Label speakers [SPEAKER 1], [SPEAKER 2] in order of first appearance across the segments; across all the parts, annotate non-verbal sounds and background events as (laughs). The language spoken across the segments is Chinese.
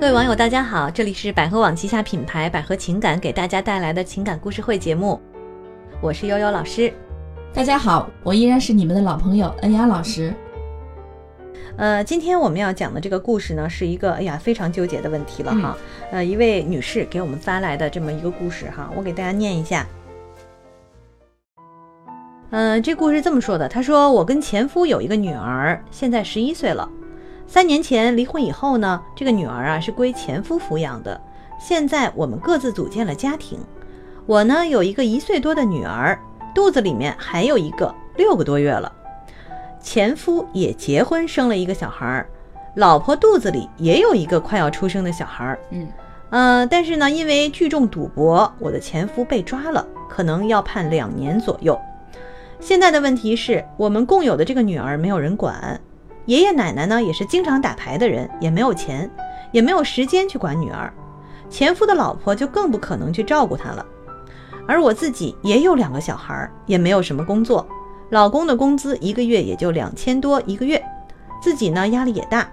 [SPEAKER 1] 各位网友，大家好，这里是百合网旗下品牌百合情感给大家带来的情感故事会节目，我是悠悠老师。
[SPEAKER 2] 大家好，我依然是你们的老朋友恩雅老师。
[SPEAKER 1] 呃，今天我们要讲的这个故事呢，是一个哎呀非常纠结的问题了哈。呃，一位女士给我们发来的这么一个故事哈，我给大家念一下。呃，这故事这么说的，她说我跟前夫有一个女儿，现在十一岁了。三年前离婚以后呢，这个女儿啊是归前夫抚养的。现在我们各自组建了家庭，我呢有一个一岁多的女儿，肚子里面还有一个六个多月了。前夫也结婚生了一个小孩儿，老婆肚子里也有一个快要出生的小孩儿。
[SPEAKER 2] 嗯
[SPEAKER 1] 呃，但是呢，因为聚众赌博，我的前夫被抓了，可能要判两年左右。现在的问题是我们共有的这个女儿没有人管，爷爷奶奶呢也是经常打牌的人，也没有钱，也没有时间去管女儿，前夫的老婆就更不可能去照顾她了。而我自己也有两个小孩儿，也没有什么工作，老公的工资一个月也就两千多一个月，自己呢压力也大，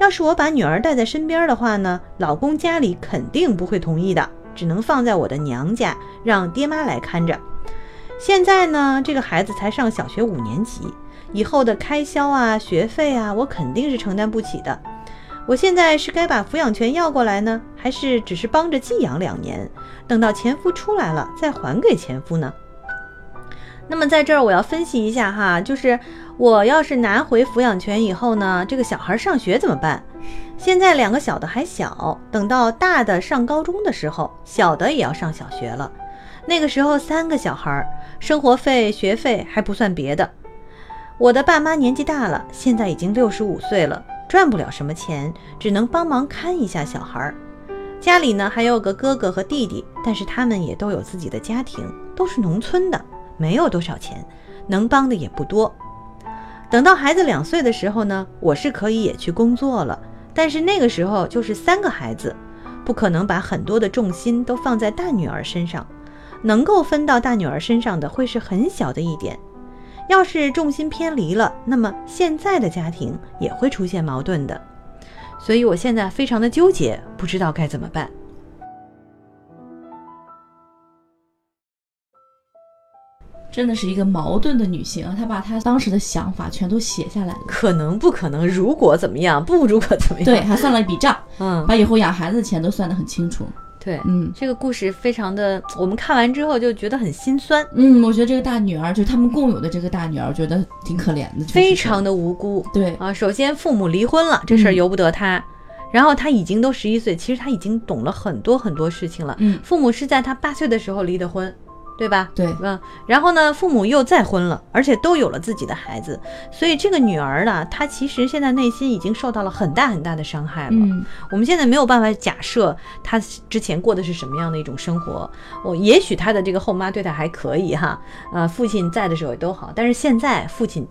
[SPEAKER 1] 要是我把女儿带在身边的话呢，老公家里肯定不会同意的，只能放在我的娘家，让爹妈来看着。现在呢，这个孩子才上小学五年级，以后的开销啊、学费啊，我肯定是承担不起的。我现在是该把抚养权要过来呢，还是只是帮着寄养两年，等到前夫出来了再还给前夫呢？那么在这儿我要分析一下哈，就是我要是拿回抚养权以后呢，这个小孩上学怎么办？现在两个小的还小，等到大的上高中的时候，小的也要上小学了。那个时候三个小孩儿，生活费、学费还不算别的。我的爸妈年纪大了，现在已经六十五岁了，赚不了什么钱，只能帮忙看一下小孩儿。家里呢还有个哥哥和弟弟，但是他们也都有自己的家庭，都是农村的，没有多少钱，能帮的也不多。等到孩子两岁的时候呢，我是可以也去工作了，但是那个时候就是三个孩子，不可能把很多的重心都放在大女儿身上，能够分到大女儿身上的会是很小的一点。要是重心偏离了，那么现在的家庭也会出现矛盾的。所以我现在非常的纠结，不知道该怎么办。
[SPEAKER 2] 真的是一个矛盾的女性啊，她把她当时的想法全都写下来了。
[SPEAKER 1] 可能不可能？如果怎么样？不如果怎么样？
[SPEAKER 2] 对，，还算了一笔账，
[SPEAKER 1] 嗯，
[SPEAKER 2] 把以后养孩子的钱都算得很清楚。
[SPEAKER 1] 对。
[SPEAKER 2] 嗯
[SPEAKER 1] 这个故事非常的，我们看完之后就觉得很心酸，
[SPEAKER 2] 嗯，我觉得这个大女儿，就是他们共有的这个大女儿，我觉得挺可怜的，确实是
[SPEAKER 1] 非常的无辜
[SPEAKER 2] 对，
[SPEAKER 1] 啊。首先，父母离婚了，这事儿由不得他。然后他已经都十一岁，其实他已经懂了很多很多事情了。
[SPEAKER 2] 嗯
[SPEAKER 1] 父母是在他八岁的时候离的婚，对吧？
[SPEAKER 2] 对，
[SPEAKER 1] 嗯，然后呢，父母又再婚了，而且都有了自己的孩子，所以这个女儿呢，她其实现在内心已经受到了很大很大的伤害了。
[SPEAKER 2] 嗯
[SPEAKER 1] 我们现在没有办法假设她之前过的是什么样的一种生活。我、也许她的这个后妈对她还可以哈，呃，父亲在的时候也都好，但是现在父亲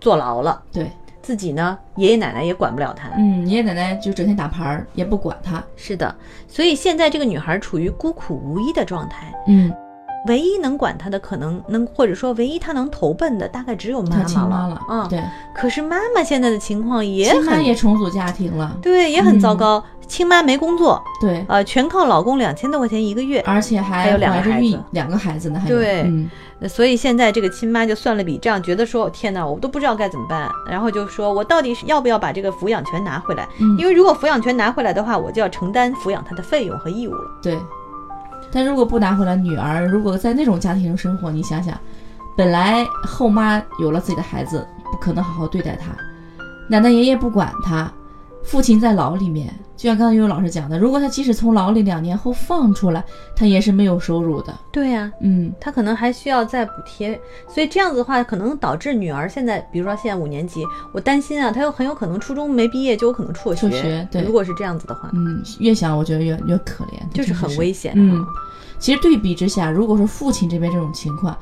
[SPEAKER 1] 坐牢了，
[SPEAKER 2] 对，
[SPEAKER 1] 自己呢爷爷奶奶也管不了她。
[SPEAKER 2] 嗯，爷爷奶奶就整天打牌儿，也不管她。
[SPEAKER 1] 是的，所以现在这个女孩处于孤苦无依的状态。
[SPEAKER 2] 嗯，
[SPEAKER 1] 唯一能管她的，可能能或者说唯一她能投奔的，大概只有妈
[SPEAKER 2] 她
[SPEAKER 1] 妈
[SPEAKER 2] 亲妈
[SPEAKER 1] 了
[SPEAKER 2] 了。，
[SPEAKER 1] 嗯，
[SPEAKER 2] 对，
[SPEAKER 1] 可是妈妈现在的情况也
[SPEAKER 2] 亲妈
[SPEAKER 1] 很
[SPEAKER 2] 也嗯重组家庭了，
[SPEAKER 1] 对，也很糟糕。亲妈没工作，
[SPEAKER 2] 对，
[SPEAKER 1] 呃，全靠老公两千多块钱一个月，
[SPEAKER 2] 而且还
[SPEAKER 1] 还有两个
[SPEAKER 2] 怀着
[SPEAKER 1] 孩
[SPEAKER 2] 孕
[SPEAKER 1] 子，
[SPEAKER 2] 两个孩子呢，还有
[SPEAKER 1] 对
[SPEAKER 2] 嗯。
[SPEAKER 1] 呃所以现在这个亲妈就算了笔账，觉得说，哦天哪，我都不知道该怎么办，然后就说我到底是要不要把这个抚养权拿回来？
[SPEAKER 2] 嗯
[SPEAKER 1] 因为如果抚养权拿回来的话，我就要承担抚养她的费用和义务了。
[SPEAKER 2] 对，但如果不拿回来，女儿如果在那种家庭中生活，你想想，本来后妈有了自己的孩子，不可能好好对待她，奶奶爷爷不管她，父亲在牢里面，就像刚才悠悠老师讲的，如果他即使从牢里两年后放出来，他也是没有收入的。
[SPEAKER 1] 对呀、
[SPEAKER 2] 嗯，
[SPEAKER 1] 她可能还需要再补贴，所以这样子的话，可能导致女儿现在，比如说现在五年级，我担心啊，她有很有可能初中没毕业就有可能辍学。
[SPEAKER 2] 辍学对
[SPEAKER 1] 如果是这样子的话，
[SPEAKER 2] 嗯，越想我觉得越越可怜，
[SPEAKER 1] 就是
[SPEAKER 2] 真的
[SPEAKER 1] 很危险。
[SPEAKER 2] 嗯，其实对比之下，如果说父亲这边这种情况，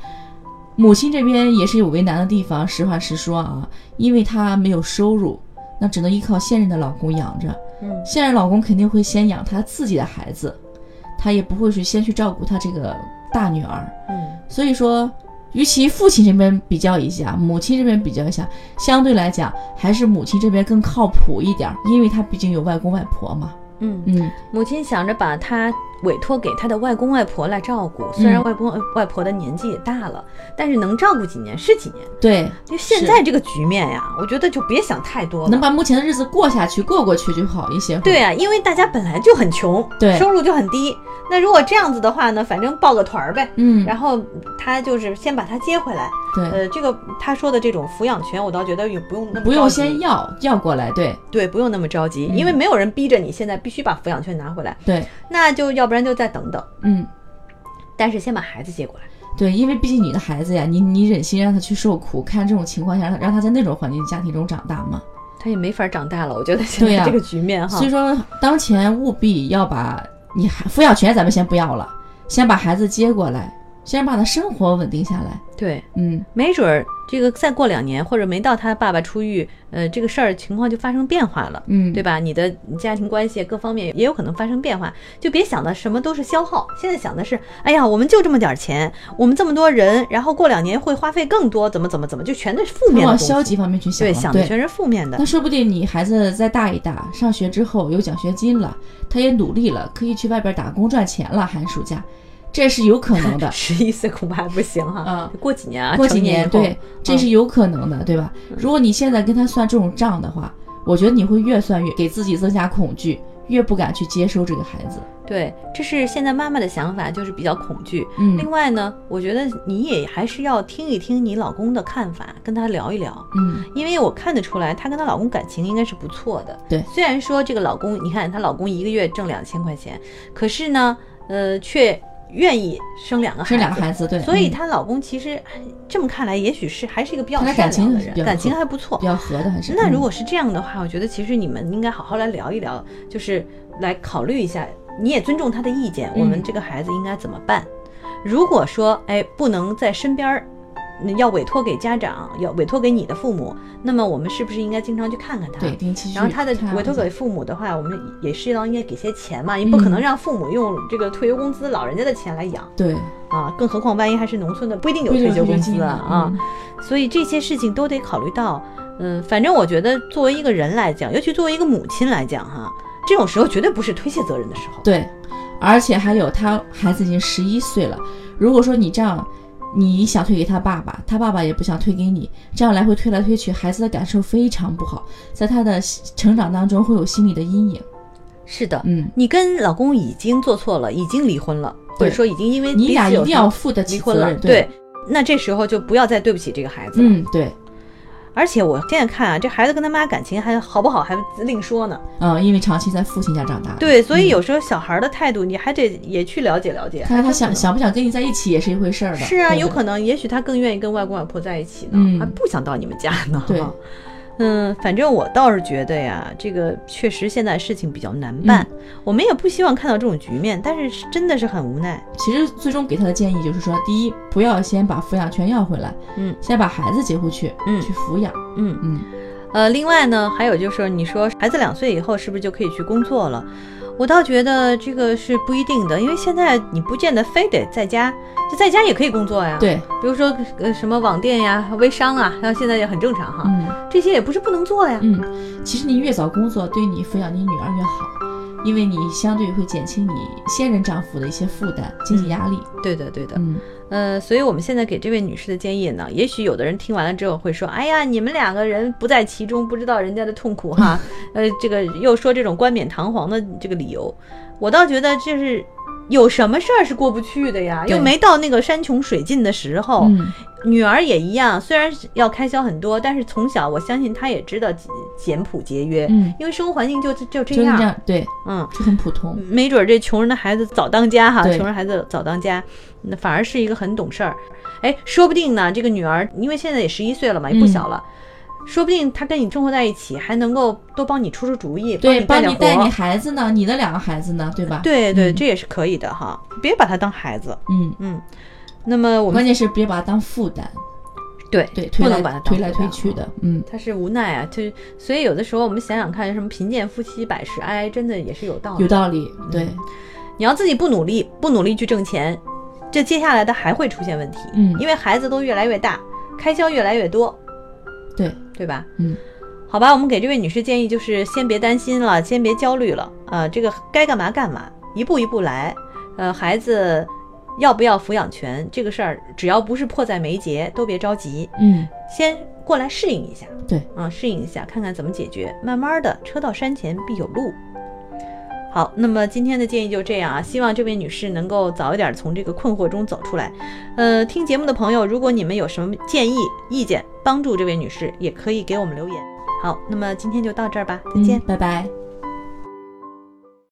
[SPEAKER 2] 母亲这边也是有为难的地方。实话实说啊，因为她没有收入，那只能依靠现任的老公养着。
[SPEAKER 1] 嗯，
[SPEAKER 2] 现任老公肯定会先养他自己的孩子，他也不会去先去照顾他这个大女儿。
[SPEAKER 1] 嗯，
[SPEAKER 2] 所以说，与其父亲这边比较一下，母亲这边比较一下，相对来讲还是母亲这边更靠谱一点儿，因为她毕竟有外公外婆嘛。
[SPEAKER 1] 嗯，
[SPEAKER 2] 嗯，
[SPEAKER 1] 母亲想着把她委托给她的外公外婆来照顾，虽然
[SPEAKER 2] 嗯
[SPEAKER 1] 外公外婆的年纪也大了，但是能照顾几年是几年。
[SPEAKER 2] 对，
[SPEAKER 1] 就现
[SPEAKER 2] 是
[SPEAKER 1] 在这个局面呀，我觉得就别想太多了。
[SPEAKER 2] 嗯能把目前的日子过下去、过过去就好一些。
[SPEAKER 1] 对，啊，因为大家本来就很穷，
[SPEAKER 2] 对
[SPEAKER 1] 收入就很低。那如果这样子的话呢，反正报个团儿呗。
[SPEAKER 2] 嗯，
[SPEAKER 1] 然后他就是先把他接回来，
[SPEAKER 2] 对，
[SPEAKER 1] 呃，这个他说的这种抚养权，我倒觉得也不用那么
[SPEAKER 2] 不用
[SPEAKER 1] 着急
[SPEAKER 2] 先要要过来，对
[SPEAKER 1] 对，不用那么着急，
[SPEAKER 2] 嗯
[SPEAKER 1] 因为没有人逼着你现在必须把抚养权拿回来，
[SPEAKER 2] 对，
[SPEAKER 1] 那就要不然就再等等，
[SPEAKER 2] 嗯。
[SPEAKER 1] 但是先把孩子接过来。
[SPEAKER 2] 对，因为毕竟你的孩子呀，你你忍心让他去受苦，看这种情况下，让他让他在那种环境家庭中长大吗？
[SPEAKER 1] 他也没法长大了，我觉得现
[SPEAKER 2] 对
[SPEAKER 1] 在
[SPEAKER 2] 呀
[SPEAKER 1] 这个局面哈，
[SPEAKER 2] 所以说，当前务必要把你孩抚养权咱们先不要了，先把孩子接过来，先把他生活稳定下来。
[SPEAKER 1] 对，
[SPEAKER 2] 嗯，
[SPEAKER 1] 没准儿这个再过两年或者没到他爸爸出狱，呃，这个事儿情况就发生变化了。
[SPEAKER 2] 嗯，
[SPEAKER 1] 对吧？你的家庭关系各方面也有可能发生变化，就别想的什么都是消耗。现在想的是，哎呀，我们就这么点儿钱，我们这么多人，然后过两年会花费更多，怎么怎么怎么，就全都是负
[SPEAKER 2] 他
[SPEAKER 1] 面的东
[SPEAKER 2] 往
[SPEAKER 1] 西
[SPEAKER 2] 消极方面去想
[SPEAKER 1] 对，
[SPEAKER 2] 了。
[SPEAKER 1] 想的全是负面的
[SPEAKER 2] 那。说不定你孩子再大一大，上学之后有奖学金了，他也努力了，可以去外边打工赚钱了，寒暑假，这是有可能
[SPEAKER 1] (laughs)
[SPEAKER 2] 的。
[SPEAKER 1] 十一岁恐怕还不行哈、
[SPEAKER 2] 嗯
[SPEAKER 1] 过几年啊，
[SPEAKER 2] 过
[SPEAKER 1] 成
[SPEAKER 2] 几年，
[SPEAKER 1] 以后嗯
[SPEAKER 2] 对，这是有可能的，对吧？如果你现在跟他算这种账的话，我觉得你会越算越给自己增加恐惧，越不敢去接收这个孩子。
[SPEAKER 1] 对，这是现在妈妈的想法，就是比较恐惧。
[SPEAKER 2] 嗯
[SPEAKER 1] 另外呢，我觉得你也还是要听一听你老公的看法，跟他聊一聊。
[SPEAKER 2] 嗯，
[SPEAKER 1] 因为我看得出来，她跟她老公感情应该是不错的。
[SPEAKER 2] 对
[SPEAKER 1] 虽然说这个老公，你看她老公一个月挣两千块钱，可是呢，呃，却愿意生两个孩子。
[SPEAKER 2] 生两个孩子，对，
[SPEAKER 1] 所以
[SPEAKER 2] 嗯
[SPEAKER 1] 她老公其实哎这么看来，也许是还是一个比较
[SPEAKER 2] 他的
[SPEAKER 1] 善良的
[SPEAKER 2] 感情
[SPEAKER 1] 人，
[SPEAKER 2] 比较
[SPEAKER 1] 感情
[SPEAKER 2] 合
[SPEAKER 1] 还不错
[SPEAKER 2] 比。较合的还是。
[SPEAKER 1] 那
[SPEAKER 2] 嗯
[SPEAKER 1] 如果是这样的话，我觉得其实你们应该好好来聊一聊，就是来考虑一下，你也尊重他的意见，
[SPEAKER 2] 嗯
[SPEAKER 1] 我们这个孩子应该怎么办？如果说哎不能在身边儿，嗯要委托给家长，要委托给你的父母，那么我们是不是应该经常去看看他？
[SPEAKER 2] 对定期去
[SPEAKER 1] 然后他的
[SPEAKER 2] 看
[SPEAKER 1] 委托给父母的话，我们也适当应该给些钱嘛，你不可能
[SPEAKER 2] 嗯
[SPEAKER 1] 让父母用这个退休工资、老人家的钱来养
[SPEAKER 2] 对
[SPEAKER 1] 啊，更何况万一还是农村的，不一定有
[SPEAKER 2] 不一定
[SPEAKER 1] 退
[SPEAKER 2] 有
[SPEAKER 1] 休
[SPEAKER 2] 退
[SPEAKER 1] 工
[SPEAKER 2] 休
[SPEAKER 1] 资
[SPEAKER 2] 金
[SPEAKER 1] 啊
[SPEAKER 2] 的
[SPEAKER 1] 啊
[SPEAKER 2] 嗯。
[SPEAKER 1] 所以这些事情都得考虑到。嗯，反正我觉得作为一个人来讲，尤其作为一个母亲来讲，哈，这种时候绝对不是推卸责任的时候。
[SPEAKER 2] 对，而且还有他孩子已经十一岁了，如果说你这样，你想推给他爸爸，他爸爸也不想推给你，这样来回推来推去，孩子的感受非常不好，在他的成长当中会有心理的阴影。
[SPEAKER 1] 是的，
[SPEAKER 2] 嗯，
[SPEAKER 1] 你跟老公已经做错了，已经离婚了，或
[SPEAKER 2] 对
[SPEAKER 1] 者说已经因为
[SPEAKER 2] 你
[SPEAKER 1] 彼
[SPEAKER 2] 俩
[SPEAKER 1] 此
[SPEAKER 2] 一
[SPEAKER 1] 有
[SPEAKER 2] 定
[SPEAKER 1] 什
[SPEAKER 2] 要
[SPEAKER 1] 么
[SPEAKER 2] 负得起
[SPEAKER 1] 离婚
[SPEAKER 2] 责
[SPEAKER 1] 了，
[SPEAKER 2] 任。，
[SPEAKER 1] 那这时候就不要再对不起这个孩子了。
[SPEAKER 2] 嗯，对，
[SPEAKER 1] 而且我现在看啊，这孩子跟他妈感情还好不好还另说呢。
[SPEAKER 2] 嗯，因为长期在父亲家长大的，
[SPEAKER 1] 对，所以
[SPEAKER 2] 嗯
[SPEAKER 1] 有时候小孩的态度你还得也去了解了解。
[SPEAKER 2] 看来他
[SPEAKER 1] 还真
[SPEAKER 2] 想
[SPEAKER 1] 不能
[SPEAKER 2] 想不想跟你在一起也是一回事儿的。
[SPEAKER 1] 是啊，
[SPEAKER 2] 对
[SPEAKER 1] 有
[SPEAKER 2] 的
[SPEAKER 1] 可能，也许他更愿意跟外公外婆在一起呢，
[SPEAKER 2] 嗯
[SPEAKER 1] 还不想到你们家呢。
[SPEAKER 2] 对
[SPEAKER 1] 哈 (laughs) 嗯，反正我倒是觉得呀，这个确实现在事情比较难办，
[SPEAKER 2] 嗯
[SPEAKER 1] 我们也不希望看到这种局面，但是真的是很无奈。
[SPEAKER 2] 其实最终给他的建议就是说，第一，不要先把抚养权要回来，
[SPEAKER 1] 嗯
[SPEAKER 2] 先把孩子接回去，
[SPEAKER 1] 嗯
[SPEAKER 2] 去抚养，
[SPEAKER 1] 嗯，
[SPEAKER 2] 嗯，
[SPEAKER 1] 呃，另外呢，还有就是你说孩子两岁以后是不是就可以去工作了？我倒觉得这个是不一定的，因为现在你不见得非得在家，就在家也可以工作呀。，
[SPEAKER 2] 对，
[SPEAKER 1] 比如说呃什么网店呀、微商啊，然后现在也很正常哈，
[SPEAKER 2] 嗯。
[SPEAKER 1] 这些也不是不能做呀。
[SPEAKER 2] 嗯，其实你越早工作，对你抚养你女儿越好，因为你相对会减轻你现任丈夫的一些负担、经
[SPEAKER 1] 嗯
[SPEAKER 2] 济压力。
[SPEAKER 1] 对的，对的。
[SPEAKER 2] 嗯，
[SPEAKER 1] 呃，所以我们现在给这位女士的建议呢，也许有的人听完了之后会说：“哎呀，你们两个人不在其中，不知道人家的痛苦哈。” (laughs) 呃，这个又说这种冠冕堂皇的这个理由，我倒觉得这是有什么事儿是过不去的呀？
[SPEAKER 2] 对
[SPEAKER 1] 又没到那个山穷水尽的时候。
[SPEAKER 2] 嗯，
[SPEAKER 1] 女儿也一样，虽然要开销很多，但是从小我相信她也知道简简朴节约，
[SPEAKER 2] 嗯
[SPEAKER 1] 因为生活环境就就这
[SPEAKER 2] 就是
[SPEAKER 1] 样。
[SPEAKER 2] 这样，对，
[SPEAKER 1] 嗯，
[SPEAKER 2] 就很普通。
[SPEAKER 1] 没准儿这穷人的孩子早当家哈，
[SPEAKER 2] 对
[SPEAKER 1] 穷人孩子早当家，那反而是一个很懂事儿。哎，说不定呢，这个女儿因为现在也十一岁了嘛，也不小
[SPEAKER 2] 嗯
[SPEAKER 1] 了，说不定她跟你生活在一起，还能够多帮你出出主意，
[SPEAKER 2] 对，帮你
[SPEAKER 1] 你
[SPEAKER 2] 带
[SPEAKER 1] 点
[SPEAKER 2] 你
[SPEAKER 1] 活。
[SPEAKER 2] 孩子呢，你的两个孩子呢，对吧？，
[SPEAKER 1] 对对，
[SPEAKER 2] 嗯
[SPEAKER 1] 这也是可以的哈，别把她当孩子。
[SPEAKER 2] 嗯，
[SPEAKER 1] 嗯，那么我
[SPEAKER 2] 关
[SPEAKER 1] 们
[SPEAKER 2] 键是别把它当负担，
[SPEAKER 1] 对
[SPEAKER 2] 对，推
[SPEAKER 1] 不
[SPEAKER 2] 来
[SPEAKER 1] 能把她当
[SPEAKER 2] 推来
[SPEAKER 1] 负担
[SPEAKER 2] 推去
[SPEAKER 1] 啊。
[SPEAKER 2] 的，嗯，
[SPEAKER 1] 她是无奈啊，就所以有的时候我们想想看，什么贫贱夫妻百事哀，真的也是有道理
[SPEAKER 2] 有
[SPEAKER 1] 的。
[SPEAKER 2] 道理，
[SPEAKER 1] 嗯
[SPEAKER 2] 对，
[SPEAKER 1] 你要自己不努力，不努力去挣钱，这接下来的还会出现问题。
[SPEAKER 2] 嗯
[SPEAKER 1] 因为孩子都越来越大，开销越来越多，
[SPEAKER 2] 对，
[SPEAKER 1] 对吧？
[SPEAKER 2] 嗯，
[SPEAKER 1] 好吧，我们给这位女士建议就是先别担心了，先别焦虑了，呃，这个该干嘛干嘛，一步一步来。呃，孩子要不要抚养权这个事儿，只要不是迫在眉睫，都别着急，
[SPEAKER 2] 嗯，
[SPEAKER 1] 先过来适应一下。
[SPEAKER 2] 对，
[SPEAKER 1] 啊，适应一下，看看怎么解决。慢慢的，车到山前必有路。好，那么今天的建议就这样啊，希望这位女士能够早一点从这个困惑中走出来。呃，听节目的朋友，如果你们有什么建议、意见，帮助这位女士，也可以给我们留言。好，那么今天就到这儿吧，再见。
[SPEAKER 2] 嗯拜拜。